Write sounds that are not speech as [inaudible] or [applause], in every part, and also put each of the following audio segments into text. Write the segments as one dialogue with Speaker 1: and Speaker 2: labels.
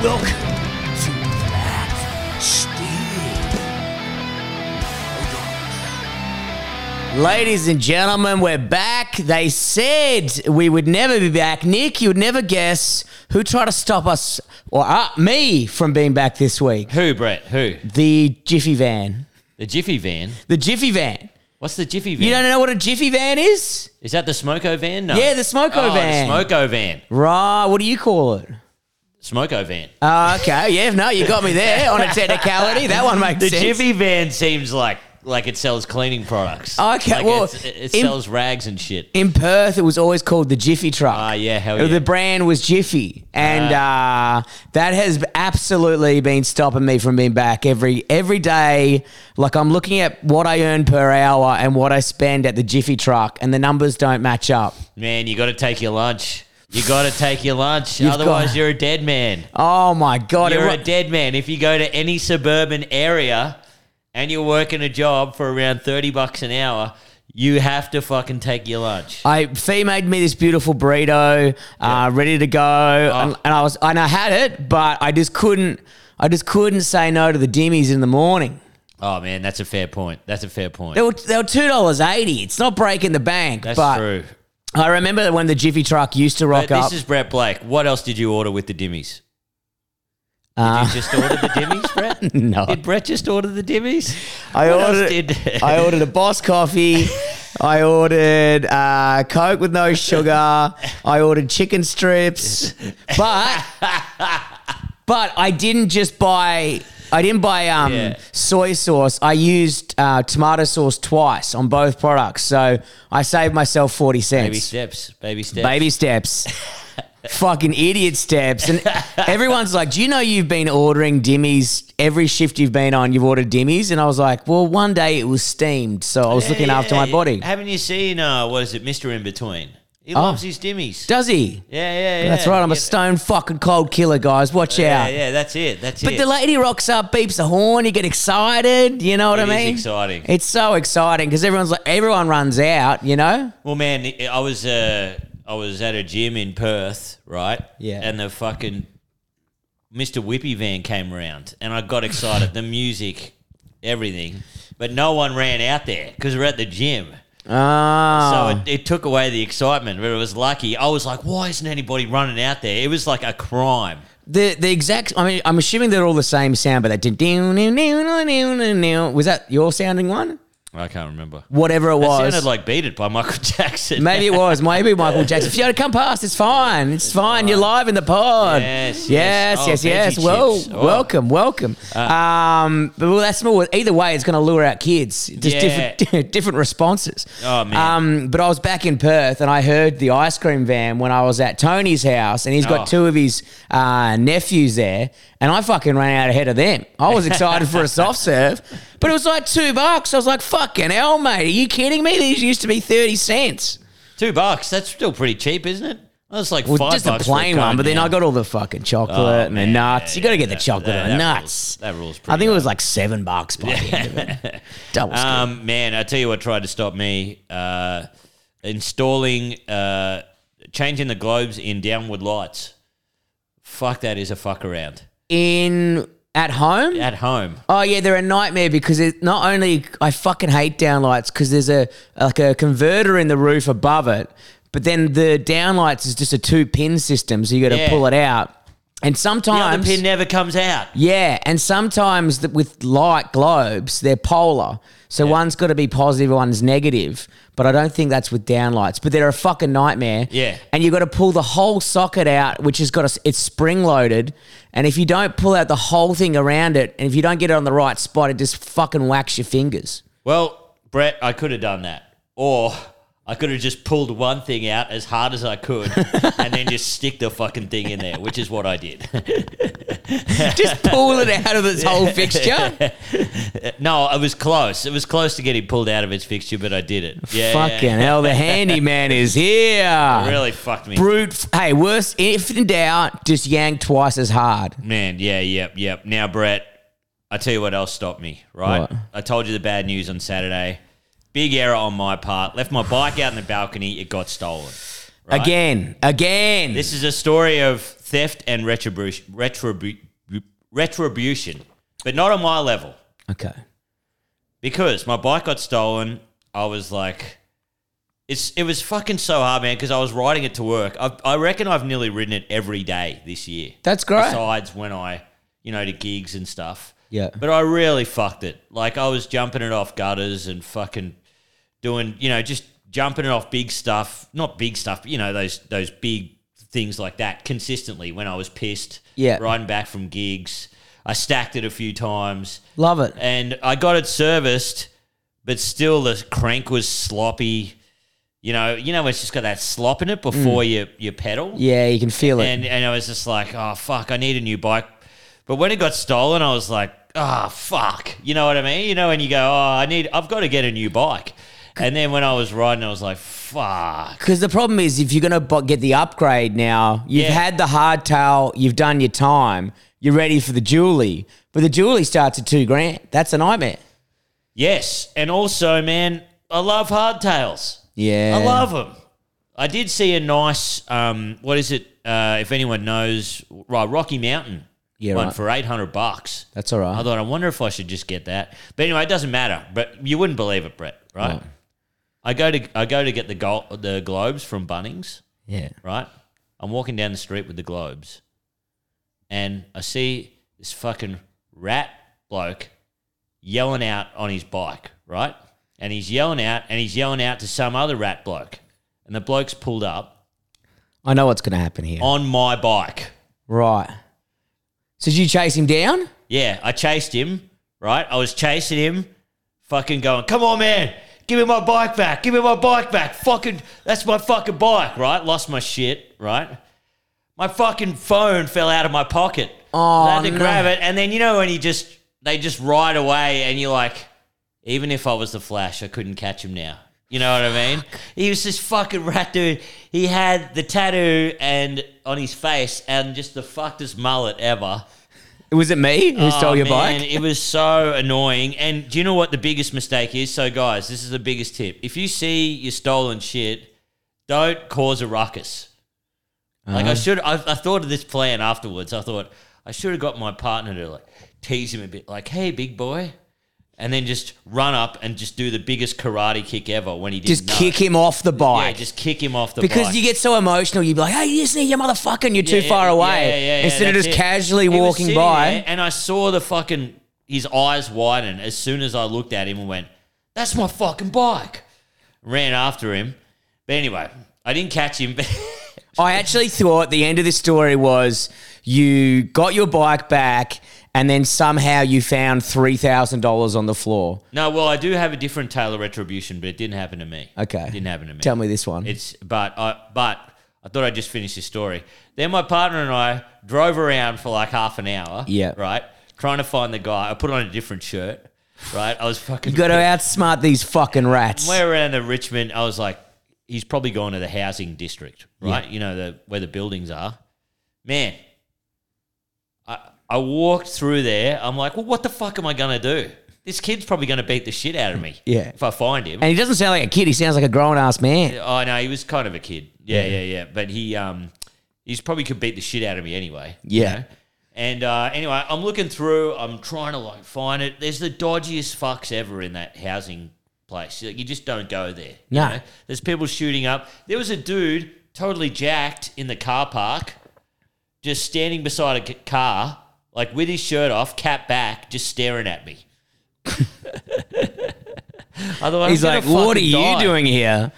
Speaker 1: Welcome to Black Steel.
Speaker 2: Ladies and gentlemen, we're back. They said we would never be back. Nick, you would never guess who tried to stop us or uh, me from being back this week.
Speaker 3: Who, Brett? Who?
Speaker 2: The Jiffy van.
Speaker 3: The Jiffy van.
Speaker 2: The Jiffy van.
Speaker 3: What's the Jiffy van?
Speaker 2: You don't know what a Jiffy van is?
Speaker 3: Is that the Smoko van? No.
Speaker 2: Yeah, the Smoko
Speaker 3: oh,
Speaker 2: van.
Speaker 3: The Smoko van.
Speaker 2: Right. What do you call it?
Speaker 3: Smoko van.
Speaker 2: Uh, okay. Yeah. No, you got me there on a technicality. That one makes
Speaker 3: the
Speaker 2: sense.
Speaker 3: Jiffy van seems like like it sells cleaning products.
Speaker 2: Okay,
Speaker 3: Like
Speaker 2: well,
Speaker 3: it's- it, it
Speaker 2: in-
Speaker 3: sells rags and shit.
Speaker 2: In Perth, it was always called the Jiffy truck.
Speaker 3: Ah, yeah, hell
Speaker 2: The
Speaker 3: yeah. Ah.
Speaker 2: brand was Jiffy, and uh, that has absolutely been stopping me from being back every every day. Like I'm looking at what I earn per hour and what I spend at the Jiffy truck, and the numbers don't match up.
Speaker 3: Man, you got to take your lunch. You got to take your lunch.
Speaker 2: You've
Speaker 3: Otherwise,
Speaker 2: got-
Speaker 3: you're a dead man.
Speaker 2: Oh my god!
Speaker 3: You're
Speaker 2: everyone-
Speaker 3: a dead man. If you go to any suburban area and you're working a job for around 30 bucks an hour, you have to fucking take your lunch.
Speaker 2: I Fee made me this beautiful burrito, uh, ready to go,
Speaker 3: Ah.
Speaker 2: and, and I was and I had it, but I just couldn't. I just couldn't say no to the dimmies in the morning.
Speaker 3: Oh, man, that's a fair point. That's a fair point.
Speaker 2: They were they were two dollars eighty. It's not breaking the bank,
Speaker 3: That's
Speaker 2: but
Speaker 3: true.
Speaker 2: I remember when the Jiffy truck used to rock
Speaker 3: But this
Speaker 2: up.
Speaker 3: is Brett Blake. What else did you order with the dimmies? Did you just order
Speaker 2: [laughs]
Speaker 3: the dimmies, Brett?
Speaker 2: Uh, No.
Speaker 3: Did Brett just order the dimmies?
Speaker 2: I
Speaker 3: What else
Speaker 2: ordered. [laughs]
Speaker 3: did-
Speaker 2: I ordered a boss
Speaker 3: [laughs]
Speaker 2: coffee. I ordered uh, Coke with no sugar. I ordered chicken strips, but but I didn't just buy. I didn't buy um,
Speaker 3: Yeah.
Speaker 2: soy sauce. I used uh, tomato sauce twice on both products, so I saved myself forty cents.
Speaker 3: Baby steps. Baby steps.
Speaker 2: baby steps.
Speaker 3: [laughs]
Speaker 2: Fucking idiot steps. And everyone's like, Do you know you've been ordering dimmies? Every shift you've been on, you've ordered dimmies. And I was like, Well, one day it was steamed. So I was looking
Speaker 3: Yeah,
Speaker 2: after my
Speaker 3: yeah.
Speaker 2: body.
Speaker 3: Haven't you seen, uh, what is it, Mr. In Between? He
Speaker 2: Oh.
Speaker 3: loves his dimmies.
Speaker 2: Does he?
Speaker 3: yeah, yeah, yeah.
Speaker 2: That's right. I'm a
Speaker 3: You-
Speaker 2: stone fucking cold killer, guys. Watch
Speaker 3: Yeah,
Speaker 2: out.
Speaker 3: yeah, that's it. That's
Speaker 2: But
Speaker 3: it.
Speaker 2: the lady rocks up, beeps the horn, you get excited. You know what
Speaker 3: It
Speaker 2: I
Speaker 3: is
Speaker 2: mean?
Speaker 3: exciting.
Speaker 2: It's so exciting because everyone's like, everyone runs out, you know?
Speaker 3: Well, man, I was uh, I was at a gym in Perth, right?
Speaker 2: Yeah.
Speaker 3: And the fucking Mr. Whippy van came around, and I got excited. the music, everything, but no one ran out there because we're at the gym. So
Speaker 2: Oh.
Speaker 3: it, it took away the excitement, but it was lucky. I was like, why isn't anybody running out there? It was like a crime.
Speaker 2: The the exact. I mean, I'm assuming they're all the same sound, but that did doo, doo, doo, doo, doo, doo, doo. was that your sounding one.
Speaker 3: I can't remember.
Speaker 2: Whatever it
Speaker 3: It
Speaker 2: was,
Speaker 3: sounded like "Beat It" by Michael [laughs] Jackson.
Speaker 2: maybe it was, maybe Michael Jackson. If you had to come past, it's fine. It's, fine. You're live in the pod.
Speaker 3: Yes,
Speaker 2: yes,
Speaker 3: yes. Oh,
Speaker 2: yes,
Speaker 3: veggie
Speaker 2: yes.
Speaker 3: chips.
Speaker 2: Well,
Speaker 3: Oh. Uh.
Speaker 2: welcome, welcome. um, but well, that's more. Either way, it's going to lure out kids. Just
Speaker 3: Yeah.
Speaker 2: different [laughs] different responses.
Speaker 3: Oh, man.
Speaker 2: Um, but I was back in Perth and I heard the ice cream van when I was at Tony's house, and he's got
Speaker 3: Oh.
Speaker 2: two of his uh, nephews there, and I fucking ran out ahead of them. I was excited
Speaker 3: [laughs]
Speaker 2: for a soft serve, but it was like two bucks. I was like, "Fucking hell, mate! Are you kidding me? These used to be thirty cents."
Speaker 3: two bucks. That's still pretty cheap, isn't it? That's like
Speaker 2: Well,
Speaker 3: five
Speaker 2: just a
Speaker 3: bucks for
Speaker 2: plain
Speaker 3: cone
Speaker 2: one, but then
Speaker 3: now.
Speaker 2: I got all the fucking chocolate
Speaker 3: Oh,
Speaker 2: and the
Speaker 3: man,
Speaker 2: nuts.
Speaker 3: yeah,
Speaker 2: you got to get
Speaker 3: yeah,
Speaker 2: the chocolate
Speaker 3: that-
Speaker 2: and the
Speaker 3: that
Speaker 2: nuts.
Speaker 3: rules- that rules
Speaker 2: I think
Speaker 3: pretty
Speaker 2: it was like seven bucks by the end of
Speaker 3: [laughs]
Speaker 2: it. Double scoop.
Speaker 3: Um, man, I tell you what tried to stop me uh, installing, uh, changing the globes in downward lights. Fuck, that is a fuck around
Speaker 2: in at home.
Speaker 3: at home.
Speaker 2: Oh yeah, they're a nightmare because it not only I fucking hate downlights because there's a like a converter in the roof above it, but then the downlights is just a two pin system, so you got to
Speaker 3: Yeah.
Speaker 2: pull it out. And
Speaker 3: The other
Speaker 2: sometimes
Speaker 3: pin never comes out.
Speaker 2: Yeah, and sometimes th- with light globes, they're polar. So one's got to be positive, one's negative. But I don't think that's with downlights. But they're a fucking nightmare.
Speaker 3: Yeah.
Speaker 2: And you've got to pull the whole socket out, which has got a, s- it's spring loaded. And if you don't pull out the whole thing around it, and if you don't get it on the right spot, it just fucking whacks your
Speaker 3: [laughs]
Speaker 2: fingers.
Speaker 3: Well, Brett, I could have done that, or I could have just pulled one thing out as hard as
Speaker 2: [laughs]
Speaker 3: I could, and then just stick the fucking thing in there, which is what I did. [laughs]
Speaker 2: just pull it out of this whole
Speaker 3: [laughs]
Speaker 2: fixture.
Speaker 3: No, it was close. It was close to getting pulled out of its fixture, but I did it. Yeah,
Speaker 2: Fucking hell, the handyman is here.
Speaker 3: really fucked me.
Speaker 2: Brute. f- Hey, worse, if in doubt, just yank twice as hard.
Speaker 3: Man, yeah, yep, yep. Now, Brett, I tell you what else stopped me, right?
Speaker 2: What?
Speaker 3: I told you the bad news on Saturday. Big error on my part. Left my bike out in the balcony. It got stolen. right?
Speaker 2: Again, again.
Speaker 3: This is a story of theft and retribution, retribu- retribution, but not on my level
Speaker 2: okay.
Speaker 3: because my bike got stolen. I was like, it's it was fucking so hard, man, because I was riding it to work. I, I reckon I've nearly ridden it every day this year.
Speaker 2: That's great.
Speaker 3: Besides when I, you know, to gigs and stuff.
Speaker 2: Yeah.
Speaker 3: But I really fucked it. Like I was jumping it off gutters and fucking doing, you know, just jumping it off big stuff. Not big stuff, but you know, those those big things like that consistently when I was pissed.
Speaker 2: Yeah.
Speaker 3: Riding back from gigs. I stacked it a few times
Speaker 2: Love it.
Speaker 3: and I got it serviced, but still the crank was sloppy. You know, you know, it's just got that slop in it before you you pedal.
Speaker 2: Yeah, you can feel it.
Speaker 3: And and I was just like, oh fuck, I need a new bike. But when it got stolen, I was like, ah fuck. You know what I mean? You know, and you go, oh, I need, I've got to get a new bike. And then when I was riding, I was like, fuck.
Speaker 2: Because the problem is, if you're going to get the upgrade now, you've
Speaker 3: Yeah.
Speaker 2: had the hardtail, you've done your time, you're ready for the dually, but the dually starts at two grand. That's a nightmare.
Speaker 3: Yes, and also, man, I love hardtails.
Speaker 2: Yeah,
Speaker 3: I love them. I did see a nice, um, what is it? Uh, if anyone knows, right, Rocky Mountain
Speaker 2: Yeah,
Speaker 3: one
Speaker 2: right.
Speaker 3: for eight hundred bucks.
Speaker 2: That's all right.
Speaker 3: I thought, I wonder if I should just get that. But anyway, it doesn't matter. But you wouldn't believe it, Brett. Right?
Speaker 2: Right.
Speaker 3: I go to I go to get the gol the globes from Bunnings.
Speaker 2: yeah,
Speaker 3: Right? I'm walking down the street with the globes, and I see this fucking rat bloke yelling out on his bike. Right? And he's yelling out, and he's yelling out to some other rat bloke, and the bloke's pulled up
Speaker 2: I know what's going to happen here.
Speaker 3: on my bike.
Speaker 2: Right. So did you chase him down?
Speaker 3: Yeah, I chased him, right? I was chasing him, fucking going, come on, man, give me my bike back, give me my bike back, fucking, that's my fucking bike, right? Lost my shit, right? My fucking phone fell out of my pocket.
Speaker 2: Oh,
Speaker 3: I had to
Speaker 2: no.
Speaker 3: grab it, and then you know when you just, they just ride away, and you're like, even if I was the Flash, I couldn't catch him now. You know what I mean? He was this fucking rat dude. He had the tattoo and on his face, and just the fuckedest mullet ever.
Speaker 2: Was it me who
Speaker 3: Oh,
Speaker 2: stole your
Speaker 3: man,
Speaker 2: bike?
Speaker 3: It was so annoying. And do you know what the biggest mistake is? So, guys, this is the biggest tip. If you see your stolen shit, don't cause a ruckus. Like
Speaker 2: Uh-huh.
Speaker 3: I should, I, I thought of this plan afterwards. I thought I should have got my partner to like tease him a bit, like, "Hey, big boy," and then just run up and just do the biggest karate kick ever when he didn't
Speaker 2: Just
Speaker 3: know.
Speaker 2: kick him off the
Speaker 3: Yeah,
Speaker 2: bike.
Speaker 3: just kick him off the
Speaker 2: because
Speaker 3: bike.
Speaker 2: you get so emotional, you'd be like, "Hey, you just need your motherfucker," and you're
Speaker 3: Yeah,
Speaker 2: too
Speaker 3: yeah,
Speaker 2: far
Speaker 3: yeah,
Speaker 2: away.
Speaker 3: yeah, yeah, yeah,
Speaker 2: Instead of
Speaker 3: that's
Speaker 2: just
Speaker 3: it.
Speaker 2: casually
Speaker 3: He was
Speaker 2: walking
Speaker 3: sitting
Speaker 2: by.
Speaker 3: there and I saw the fucking his eyes widen as soon as I looked at him and went, "That's my fucking bike." Ran after him, but anyway, I didn't catch him. [laughs] But
Speaker 2: I actually thought the end of this story was you got your bike back and then somehow you found $3,000 on the floor.
Speaker 3: no, well, I do have a different tale of retribution, but it didn't happen to me.
Speaker 2: Okay.
Speaker 3: didn't happen to me.
Speaker 2: Tell me this one.
Speaker 3: It's but I but I thought I'd just finish this story. Then my partner and I drove around for like half an hour.
Speaker 2: Yeah.
Speaker 3: right, trying to find the guy. I put on a different shirt. Right, I was fucking.
Speaker 2: you got to outsmart these fucking rats.
Speaker 3: Somewhere around the Richmond, I was like, he's probably gone to the housing district, right? You know, the where the buildings are. Man, I I walked through there. I'm like, well, what the fuck am I gonna do? This kid's probably gonna beat the shit out of me.
Speaker 2: Yeah.
Speaker 3: If I find him.
Speaker 2: And he doesn't sound like a kid, he sounds like a grown ass man.
Speaker 3: oh no, he was kind of a kid. Yeah, yeah, yeah. But he um he's probably could beat the shit out of me anyway. you
Speaker 2: Yeah.
Speaker 3: know? And uh, anyway, I'm looking through. I'm trying to like find it. There's the dodgiest fucks ever in that housing place. Like, you just don't go there. you
Speaker 2: No.
Speaker 3: know? There's people shooting up. There was a dude totally jacked in the car park, just standing beside a c- car, like with his shirt off, cap back, just staring at me. [laughs] I thought, I'm
Speaker 2: He's
Speaker 3: gonna
Speaker 2: like, What are
Speaker 3: fucking
Speaker 2: you
Speaker 3: die."
Speaker 2: doing here?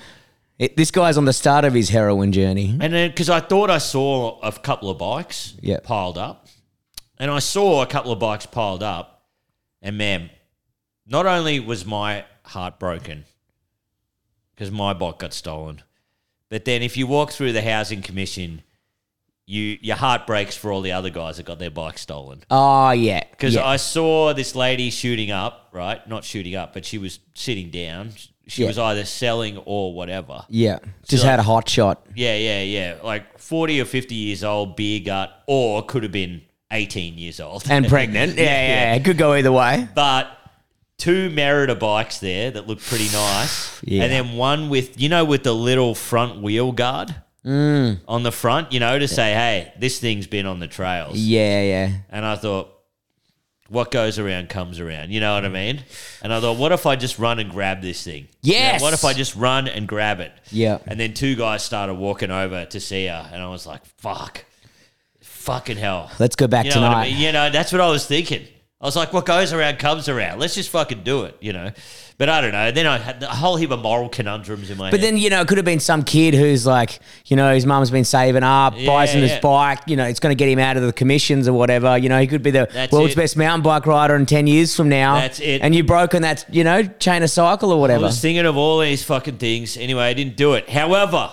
Speaker 2: It, this guy's on the start of his heroin journey.
Speaker 3: And then, because I thought I saw a couple of bikes
Speaker 2: Yeah.
Speaker 3: piled up, and I saw a couple of bikes piled up, and man, not only was my heart broken because my bike got stolen, but then if you walk through the housing commission, you your heart breaks for all the other guys that got their bikes stolen.
Speaker 2: Oh, yeah.
Speaker 3: Because
Speaker 2: yeah.
Speaker 3: I saw this lady shooting up, right? Not shooting up, but she was sitting down. She
Speaker 2: Yeah.
Speaker 3: was either selling or whatever.
Speaker 2: Yeah. Just had a hot shot.
Speaker 3: Yeah, yeah, yeah. Like 40 or 50 years old, beer gut, or could have been 18 years old.
Speaker 2: And [laughs]
Speaker 3: [laughs]
Speaker 2: pregnant. Yeah, yeah, yeah. It could go either way.
Speaker 3: but two Merida bikes there that look pretty nice.
Speaker 2: [sighs] Yeah.
Speaker 3: And then one with, you know, with the little front wheel guard.
Speaker 2: Mm.
Speaker 3: on the front, you know, to say, hey, this thing's been on the trails.
Speaker 2: Yeah, yeah.
Speaker 3: And I thought, what goes around comes around. You know what I mean? And I thought, what if I just run and grab this thing? You know,
Speaker 2: Yes!
Speaker 3: what if I just run and grab it?
Speaker 2: Yeah.
Speaker 3: And then two guys started walking over to see her, and I was like, fuck, fucking hell.
Speaker 2: Let's go back
Speaker 3: you know
Speaker 2: tonight.
Speaker 3: What I mean? You know, that's what I was thinking. I was like, what goes around comes around. Let's just fucking do it, you know? But I don't know. Then I had a whole heap of moral conundrums in my
Speaker 2: But
Speaker 3: head.
Speaker 2: then, you know, it could have been some kid who's like, you know, his mum's been saving up,
Speaker 3: Yeah,
Speaker 2: buys him
Speaker 3: yeah.
Speaker 2: his bike, you know, it's going to get him out of the commissions or whatever. You know, he could be the
Speaker 3: That's
Speaker 2: world's
Speaker 3: it.
Speaker 2: best mountain bike rider in 10 years from now.
Speaker 3: That's it.
Speaker 2: And you've broken that, you know, chain of cycle or
Speaker 3: I
Speaker 2: whatever.
Speaker 3: was thinking of all these fucking things. Anyway, I didn't do it. However,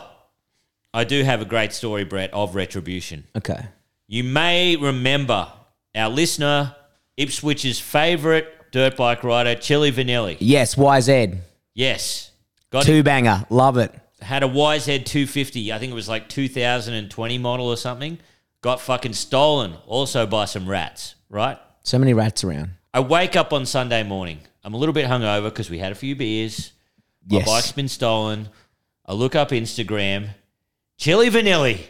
Speaker 3: I do have a great story, Brett, of retribution.
Speaker 2: Okay.
Speaker 3: You may remember our listener, Ipswich's favourite dirt bike rider, Chili Vanelli.
Speaker 2: Yes, YZ.
Speaker 3: Yes. Got
Speaker 2: Two banger. Love it.
Speaker 3: had a YZ 250. I think it was like 2020 model or something. Got fucking stolen also by some rats, right?
Speaker 2: So many rats around.
Speaker 3: I wake up on Sunday morning. I'm a little bit hungover because we had a few beers. My
Speaker 2: Yes.
Speaker 3: bike's been stolen. I look up Instagram. Chili Vanilli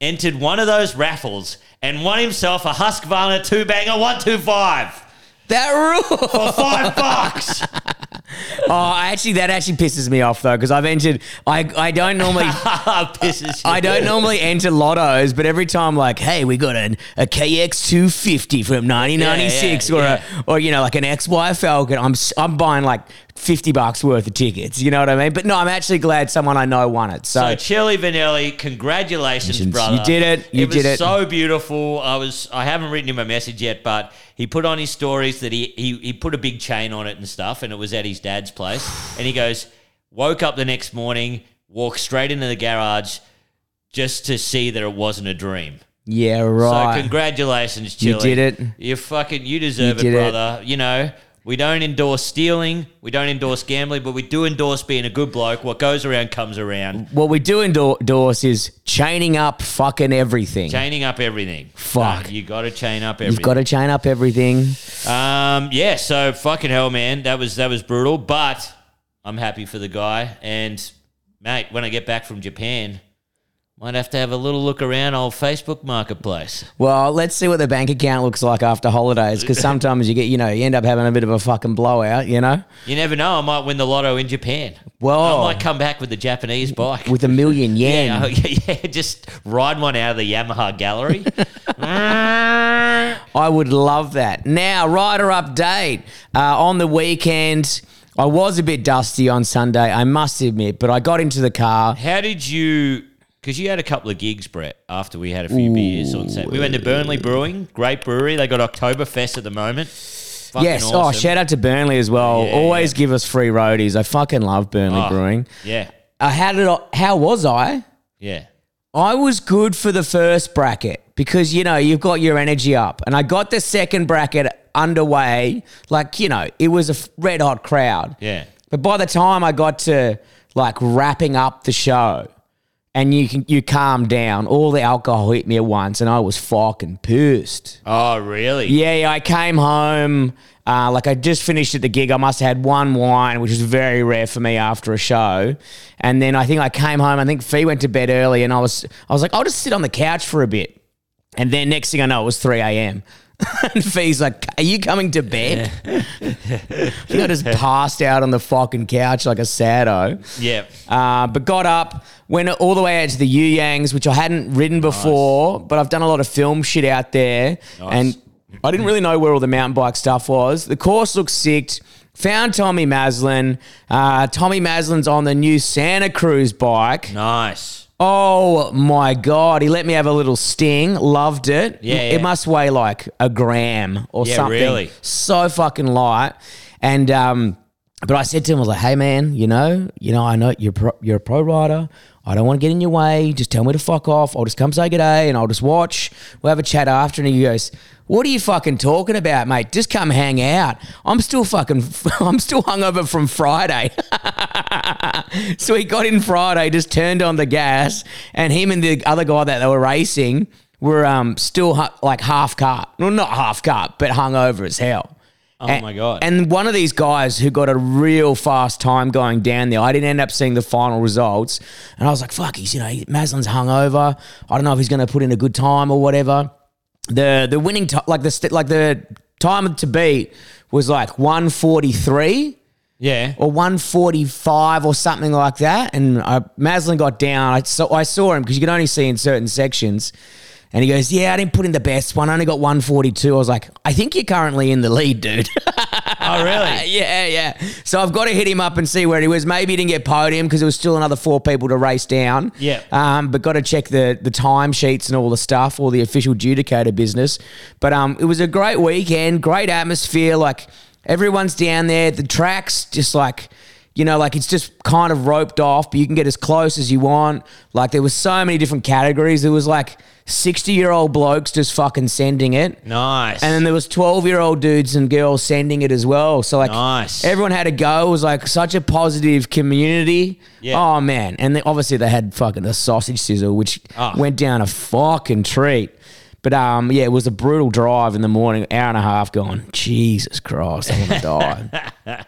Speaker 3: entered one of those raffles and won himself a Husqvarna 2 banger 125
Speaker 2: That rule. [laughs]
Speaker 3: for five [laughs] bucks.
Speaker 2: oh, actually, that actually pisses me off though, because I've entered. I I don't
Speaker 3: [laughs]
Speaker 2: normally.
Speaker 3: Pisses you
Speaker 2: I don't
Speaker 3: off.
Speaker 2: normally enter lottos, but every time, like, hey, we got an, a KX 250 from 1996
Speaker 3: Yeah, yeah,
Speaker 2: or, a, or, you know, like an XY Falcon, I'm, s- I'm buying like 50 bucks worth of tickets. You know what I mean? But no, I'm actually glad someone I know won it.
Speaker 3: So
Speaker 2: So,
Speaker 3: Chili Vanelli, congratulations,
Speaker 2: You
Speaker 3: brother.
Speaker 2: did it. You
Speaker 3: it was
Speaker 2: did it.
Speaker 3: so beautiful. I was I haven't written him a message yet, but he put on his stories that he he, he put a big chain on it and stuff, and it was at his dad's place. [sighs] and he goes, woke up the next morning, walked straight into the garage just to see that it wasn't a dream.
Speaker 2: yeah,
Speaker 3: So
Speaker 2: right.
Speaker 3: congratulations, Chili.
Speaker 2: You did it.
Speaker 3: You fucking you deserve
Speaker 2: You
Speaker 3: it,
Speaker 2: did it.
Speaker 3: brother. You know. We don't endorse stealing. We don't endorse gambling, but we do endorse being a good bloke. What goes around comes around.
Speaker 2: what we do endor- endorse is chaining up fucking everything.
Speaker 3: chaining up everything.
Speaker 2: Fuck.
Speaker 3: Uh, you got to chain up
Speaker 2: You've
Speaker 3: everything.
Speaker 2: got to chain up everything.
Speaker 3: Um, yeah. So fucking hell, man. That was that was brutal. But I'm happy for the guy. And mate, when I get back from Japan, might have to have a little look around old Facebook Marketplace.
Speaker 2: Well, let's see what the bank account looks like after holidays,
Speaker 3: [laughs]
Speaker 2: because sometimes you get, you know, you end up having a bit of a fucking blowout, you know,
Speaker 3: You never know. I might win the lotto in Japan.
Speaker 2: Whoa.
Speaker 3: I might come back with the Japanese bike.
Speaker 2: with a million yen.
Speaker 3: Oh [laughs] yeah, [laughs] yeah, just ride one out of the
Speaker 2: [laughs]
Speaker 3: Yamaha gallery.
Speaker 2: I would love that. Now, rider update. Uh, on the weekend, I was a bit dusty on Sunday, I must admit, but I got into the car.
Speaker 3: How did you? Because you had a couple of gigs, Brett. After we had a few beers on Saturday, we went to Burnley Brewing, great brewery. They got Oktoberfest at the moment. Fucking
Speaker 2: yes. Oh,
Speaker 3: awesome.
Speaker 2: shout out to Burnley as well.
Speaker 3: Yeah,
Speaker 2: Always give us free roadies. I fucking love Burnley
Speaker 3: Oh,
Speaker 2: Brewing.
Speaker 3: Yeah,
Speaker 2: Uh, how did I, how was I?
Speaker 3: yeah.
Speaker 2: I was good for the first bracket because you know you've got your energy up, and I got the second bracket underway. Like you know, it was a f- red hot crowd.
Speaker 3: Yeah.
Speaker 2: But by the time I got to like wrapping up the show, and you can you calm down, all the alcohol hit me at once, and I was fucking pissed.
Speaker 3: Oh, really?
Speaker 2: Yeah, yeah, I came home. Uh, like I just finished at the gig. I must have had one wine, which is very rare for me after a show. And then I think I came home. I think Fee went to bed early, and I was I was like, I'll just sit on the couch for a bit. And then next thing I know, it was three a.m. [laughs] and Fee's like, "Are you coming to bed?" I think I just passed out on the fucking couch like a sado.
Speaker 3: yeah.
Speaker 2: Uh, but got up, went all the way out to the Yu Yangs, which I hadn't ridden before, but I've done a lot of film shit out there.
Speaker 3: Nice.
Speaker 2: And I didn't really know where all the mountain bike stuff was. The course looks sick. Found Tommy Maslin. Uh, Tommy Maslin's on the new Santa Cruz bike.
Speaker 3: Nice.
Speaker 2: Oh my God. He let me have a little sting. Loved it.
Speaker 3: Yeah,
Speaker 2: It
Speaker 3: yeah.
Speaker 2: must weigh like a gram or
Speaker 3: Yeah,
Speaker 2: something.
Speaker 3: really.
Speaker 2: So fucking light. And, um, but I said to him, I was like, hey man, you know, you know, I know you're, pro- you're a pro rider. I don't want to get in your way. Just tell me to fuck off. I'll just come say good day and I'll just watch. We'll have a chat after. And he goes, what are you fucking talking about, mate? Just come hang out. I'm still fucking, [laughs] I'm still hungover from Friday. [laughs] So he got in Friday, just turned on the gas, and him and the other guy that they were racing were um, still hu- like half cut. Well, not half cut, but hung over as hell.
Speaker 3: Oh
Speaker 2: And-
Speaker 3: my god!
Speaker 2: And one of these guys who got a real fast time going down there, I didn't end up seeing the final results, and I was like, "Fuck, he's you know Maslin's hungover. I don't know if he's going to put in a good time or whatever." The the winning ti like the st- like the time to beat was like one forty three
Speaker 3: yeah,
Speaker 2: or 145 or something like that. And I, Maslin got down. I saw, I saw him because you can only see in certain sections. And he goes, Yeah, I didn't put in the best one. I only got 142. I was like, I think you're currently in the lead, dude.
Speaker 3: oh
Speaker 2: [laughs]
Speaker 3: really?
Speaker 2: yeah, yeah. So I've got to hit him up and see where he was. Maybe he didn't get podium because there was still another four people to race down.
Speaker 3: Yeah.
Speaker 2: Um, but got to check the the time sheets and all the stuff, all the official judicator business. But um, it was a great weekend, great atmosphere. Like everyone's down there. The tracks just like. You know, like it's just kind of roped off, but you can get as close as you want. Like there was so many different categories. There was like sixty-year-old blokes just fucking sending it.
Speaker 3: Nice.
Speaker 2: And then there was 12 year old dudes and girls sending it as well. So like
Speaker 3: Nice.
Speaker 2: everyone had a go. It was like such a positive community.
Speaker 3: Yeah.
Speaker 2: Oh man. And they, obviously they had fucking a sausage sizzle, which
Speaker 3: Oh.
Speaker 2: went down a fucking treat. But um, yeah, it was a brutal drive in the morning, hour and a half going, Jesus Christ, I want to die.
Speaker 3: [laughs]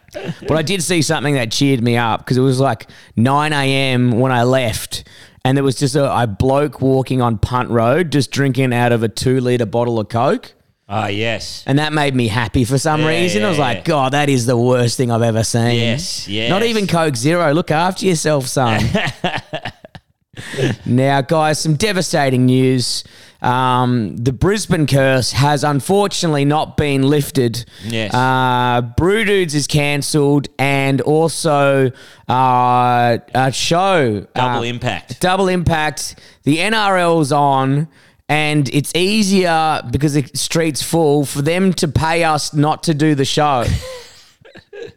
Speaker 2: but I did see something that cheered me up because it was like 9 a.m. when I left. And there was just a, a bloke walking on Punt Road just drinking out of a two litre bottle of Coke.
Speaker 3: oh yes.
Speaker 2: And that made me happy for some
Speaker 3: Yeah,
Speaker 2: reason. I
Speaker 3: yeah,
Speaker 2: was like,
Speaker 3: yeah.
Speaker 2: God, that is the worst thing I've ever seen.
Speaker 3: Yes, yes.
Speaker 2: Not even Coke Zero. Look after yourself,
Speaker 3: [laughs]
Speaker 2: son. now, guys, some devastating news. Um, the Brisbane curse has unfortunately not been lifted.
Speaker 3: Yes.
Speaker 2: Uh, Brew Dudes is cancelled, and also uh, a show.
Speaker 3: Double
Speaker 2: uh,
Speaker 3: impact.
Speaker 2: Double impact. The NRL's on, and it's easier because the street's full for them to pay us not to do the show.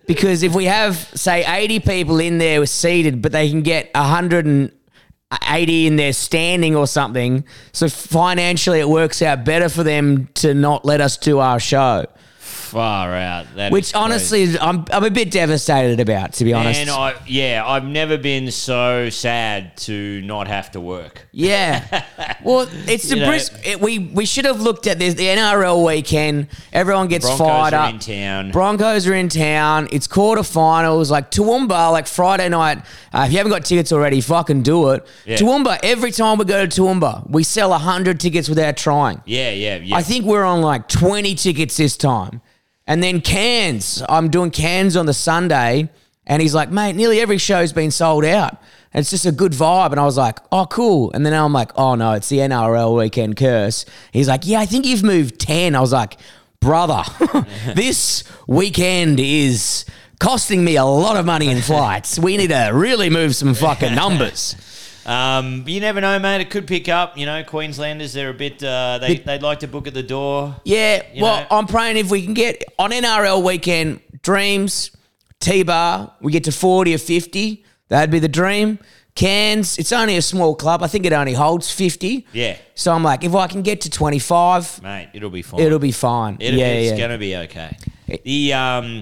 Speaker 2: because if we have, say, 80 people in there seated, but they can get 180 in there standing or something, so financially it works out better for them to not let us do our show.
Speaker 3: Far out. That is
Speaker 2: Which
Speaker 3: crazy.
Speaker 2: honestly, I'm, I'm a bit devastated about, to be honest.
Speaker 3: And I, yeah, I've never been so sad to not have to work.
Speaker 2: Yeah. Well, it's
Speaker 3: [laughs]
Speaker 2: the
Speaker 3: You know-
Speaker 2: brisk. It, we we should have looked at this. The NRL weekend. Everyone gets
Speaker 3: Broncos
Speaker 2: fired
Speaker 3: are
Speaker 2: up.
Speaker 3: in town.
Speaker 2: Broncos are in town. It's quarterfinals. Like Toowoomba, like Friday night. Uh, if you haven't got tickets already, fucking do it.
Speaker 3: Yeah.
Speaker 2: Toowoomba. Every time we go to Toowoomba, we sell hundred tickets without trying.
Speaker 3: yeah, yeah, yeah.
Speaker 2: I think we're on like 20 tickets this time. And then Cairns, I'm doing Cairns on the Sunday. And he's like, mate, nearly every show's been sold out. And it's just a good vibe. And I was like, oh, cool. And then I'm like, oh, no, it's the NRL weekend curse. He's like, yeah, I think you've moved 10. I was like, brother, [laughs] this weekend is costing me a lot of money in flights. We need to really move some fucking numbers.
Speaker 3: Um, you never know, mate. It could pick up. You know, Queenslanders, they're a bit. Uh, they they like to book at the door.
Speaker 2: Yeah,
Speaker 3: You
Speaker 2: well,
Speaker 3: know?
Speaker 2: I'm praying if we can get on NRL weekend dreams, T bar, we get to 40 or 50. That'd be the dream. Cairns, it's only a small club. I think it only holds 50.
Speaker 3: Yeah,
Speaker 2: So I'm like, if I can get to 25,
Speaker 3: mate, it'll be fine.
Speaker 2: it'll be fine.
Speaker 3: It'll-
Speaker 2: yeah,
Speaker 3: it's
Speaker 2: yeah.
Speaker 3: gonna be okay. The um,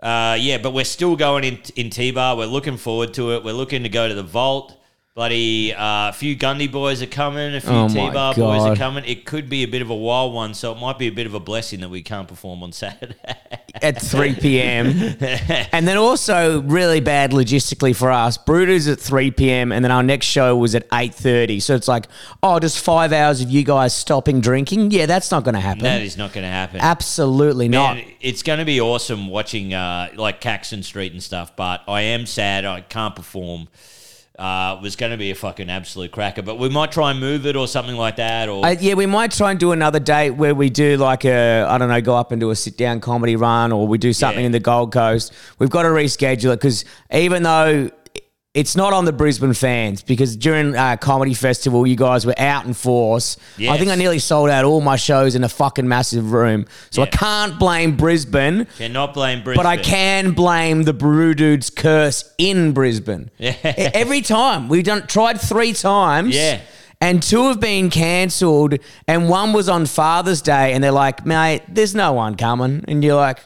Speaker 3: uh, yeah, but we're still going in in T bar. We're looking forward to it. We're looking to go to the vault. Bloody uh, a few Gundy boys are coming. A few
Speaker 2: Oh my
Speaker 3: T bar boys are
Speaker 2: God.
Speaker 3: coming. It could be a bit of a wild one, so it might be a bit of a blessing that we can't perform on [laughs] Saturday.
Speaker 2: At 3
Speaker 3: [laughs]
Speaker 2: p.m. and then also really bad logistically for us. Brutus at 3 p.m. and then our next show was at 8.30. So it's like, oh, just five hours of you guys stopping drinking? Yeah, that's not going to happen.
Speaker 3: that is not going to happen.
Speaker 2: Absolutely not.
Speaker 3: Man, it's going to be awesome watching uh, like Caxton Street and stuff, but I am sad I can't perform. Uh, it was going to be a fucking absolute cracker, but we might try and move it or something like that. Or
Speaker 2: Uh, yeah, we might try and do another date where we do like a I don't know, go up and do a sit down comedy run, or we do something
Speaker 3: Yeah.
Speaker 2: in the Gold Coast. We've got to reschedule it because even though it's not on the Brisbane fans, because during uh, comedy festival you guys were out in force. I think I
Speaker 3: Yes.
Speaker 2: nearly sold out all my shows in a fucking massive room, so I
Speaker 3: Yeah.
Speaker 2: can't blame Brisbane.
Speaker 3: cannot blame Brisbane.
Speaker 2: But I can blame the Brew Dude's curse in Brisbane.
Speaker 3: Yeah.
Speaker 2: E- Every time. We've done tried three times.
Speaker 3: Yeah.
Speaker 2: And two have been cancelled, and one was on Father's Day, and they're like, mate, there's no one coming. And you're like,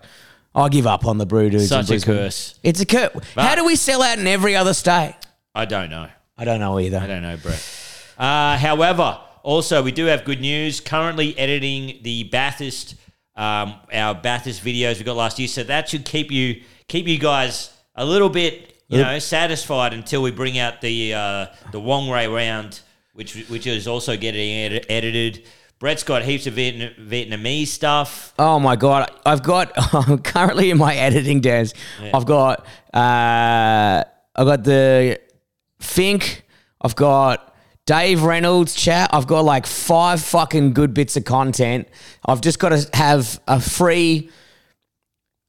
Speaker 2: I give up on the Brew Dudes. in
Speaker 3: Such a
Speaker 2: Brisbane."
Speaker 3: curse.
Speaker 2: It's a curse. How do we sell out in every other state?
Speaker 3: I don't know.
Speaker 2: I don't know either.
Speaker 3: I don't know, Brett. Uh, however, also we do have good news. Currently editing the Bathurst um, our Bathurst videos we got last year. So that should keep you keep you guys a little bit you know satisfied until we bring out the uh, the Wong Ray round, which which is also getting edi- edited. Brett's got heaps of Vietna- Vietnamese stuff.
Speaker 2: Oh my god, I've got [laughs] I'm currently in my editing dance. I've got uh I've got the Fink, I've got Dave Reynolds chat. I've got like five fucking good bits of content. I've just got to have a free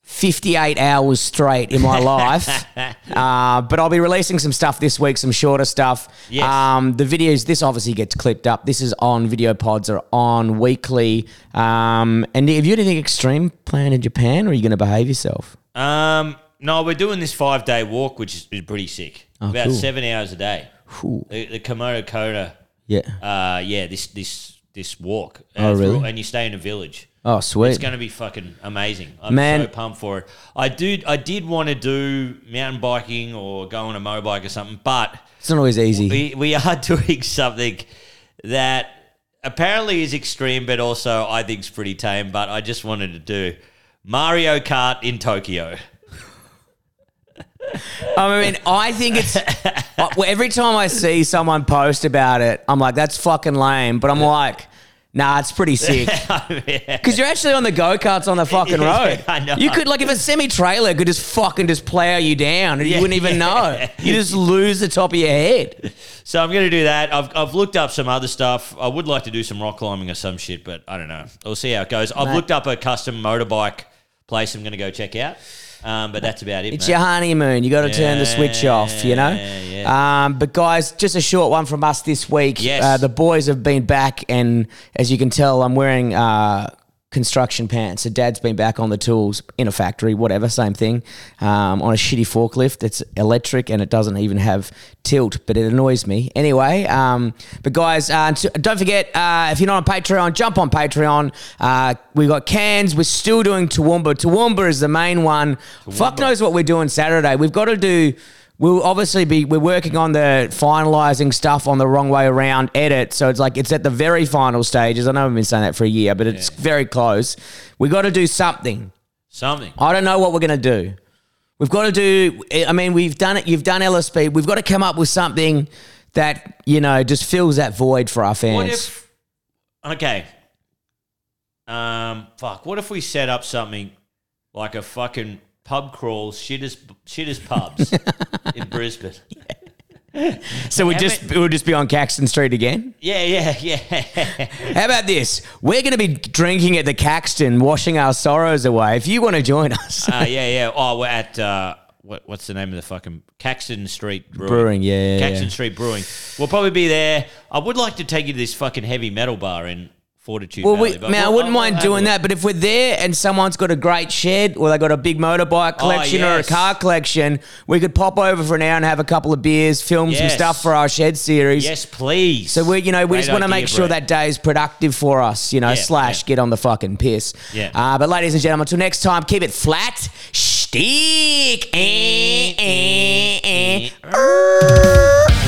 Speaker 2: 58 hours straight in my
Speaker 3: [laughs]
Speaker 2: life. uh, but I'll be releasing some stuff this week, some shorter stuff.
Speaker 3: Yes.
Speaker 2: Um, the videos, this obviously gets clipped up. This is on video pods, are on weekly. Um, and have you anything extreme planned in Japan or are you going to behave yourself?
Speaker 3: Um, no, we're doing this five day walk, which is, is pretty sick. About
Speaker 2: cool.
Speaker 3: seven hours a day.
Speaker 2: Whew.
Speaker 3: The, the Komodo Kona.
Speaker 2: Yeah.
Speaker 3: Uh, yeah, this this this walk.
Speaker 2: Oh,
Speaker 3: Uh,
Speaker 2: really?
Speaker 3: through- And you stay in a village.
Speaker 2: Oh, sweet.
Speaker 3: It's going to be fucking amazing. I'm
Speaker 2: Man.
Speaker 3: so pumped for it. I do. I did want to do mountain biking or go on a motorbike or something, but
Speaker 2: it's not always easy.
Speaker 3: we we are [laughs] doing something that apparently is extreme, but also I think's pretty tame. But I just wanted to do Mario Kart in Tokyo.
Speaker 2: I mean, I think
Speaker 3: [laughs]
Speaker 2: it's uh, well, every time I see someone post about it, I'm like, that's fucking lame. But I'm like, nah, it's pretty
Speaker 3: [laughs]
Speaker 2: sick. Because you're actually on the go karts on the fucking
Speaker 3: Yeah,
Speaker 2: road.
Speaker 3: I know.
Speaker 2: You could like if a semi trailer could just fucking just plow you down, and you
Speaker 3: Yeah,
Speaker 2: wouldn't even know. You just lose the top of your head.
Speaker 3: So I'm going to do that. I've, I've looked up some other stuff. I would like to do some rock climbing or some shit, but I don't know. We'll see how it goes. I've
Speaker 2: Mate.
Speaker 3: looked up a custom motorbike place I'm going to go check out, um, but that's about it.
Speaker 2: It's
Speaker 3: mate.
Speaker 2: your honeymoon. You got to turn the switch off, you know?
Speaker 3: Yeah,
Speaker 2: Um, but, guys, just a short one from us this week.
Speaker 3: Yes.
Speaker 2: Uh, the boys have been back, and as you can tell, I'm wearing uh, construction pants. So, dad's been back on the tools in a factory, whatever, same thing, um, on a shitty forklift that's electric and it doesn't even have tilt, but it annoys me. Anyway, um, but, guys, uh, t- don't forget uh, if you're not on Patreon, jump on Patreon. Uh, we got cans. We're still doing Toowoomba. Toowoomba is the main one. Fuck knows what we're doing Saturday. We've got to do. We'll obviously be we're working on the finalizing stuff on the wrong way around edit, so it's like it's at the very final stages. I know I've been saying that for a year, but it's very close. We got to do something.
Speaker 3: Something.
Speaker 2: I don't know what we're gonna do. We've got to do. I mean, we've done it. You've done LSP. We've got to come up with something that you know just fills that void for our fans.
Speaker 3: What if? Okay. Um. Fuck. What if we set up something like a fucking pub crawl, shitters, shitters pubs
Speaker 2: [laughs]
Speaker 3: in Brisbane?
Speaker 2: so we
Speaker 3: How
Speaker 2: just
Speaker 3: many-
Speaker 2: we'll just be on Caxton Street again.
Speaker 3: Yeah, yeah, [laughs] yeah.
Speaker 2: How about this? We're going to be drinking at the Caxton, washing our sorrows away. If you want to join us,
Speaker 3: uh, yeah, yeah. Oh, we're at uh, what, what's the name of the fucking Caxton Street
Speaker 2: [laughs]
Speaker 3: Brewing?
Speaker 2: Brewing, yeah, yeah,
Speaker 3: Caxton
Speaker 2: yeah.
Speaker 3: Street Brewing. We'll probably be there. I would like to take you to this fucking heavy metal bar in Fortitude.
Speaker 2: well,
Speaker 3: Valley,
Speaker 2: we,
Speaker 3: but
Speaker 2: man, I
Speaker 3: we'll-
Speaker 2: wouldn't
Speaker 3: I'll-
Speaker 2: mind
Speaker 3: I'll have
Speaker 2: doing
Speaker 3: a look.
Speaker 2: that. But if we're there and someone's got a great shed, or they got a big motorbike
Speaker 3: Oh,
Speaker 2: collection
Speaker 3: yes.
Speaker 2: or a car collection, we could pop over for an hour and have a couple of beers, film some
Speaker 3: Yes.
Speaker 2: stuff for our shed series.
Speaker 3: Yes, please.
Speaker 2: So we, you know, we
Speaker 3: Great
Speaker 2: just want to
Speaker 3: idea,
Speaker 2: make sure that
Speaker 3: Brett.
Speaker 2: day is productive for us. You know,
Speaker 3: Yeah,
Speaker 2: slash
Speaker 3: yeah.
Speaker 2: get on the fucking piss.
Speaker 3: Yeah.
Speaker 2: Uh, but ladies and gentlemen, until next time, keep it flat,
Speaker 3: Mm-hmm.
Speaker 2: stick. Eh, eh, eh. Err.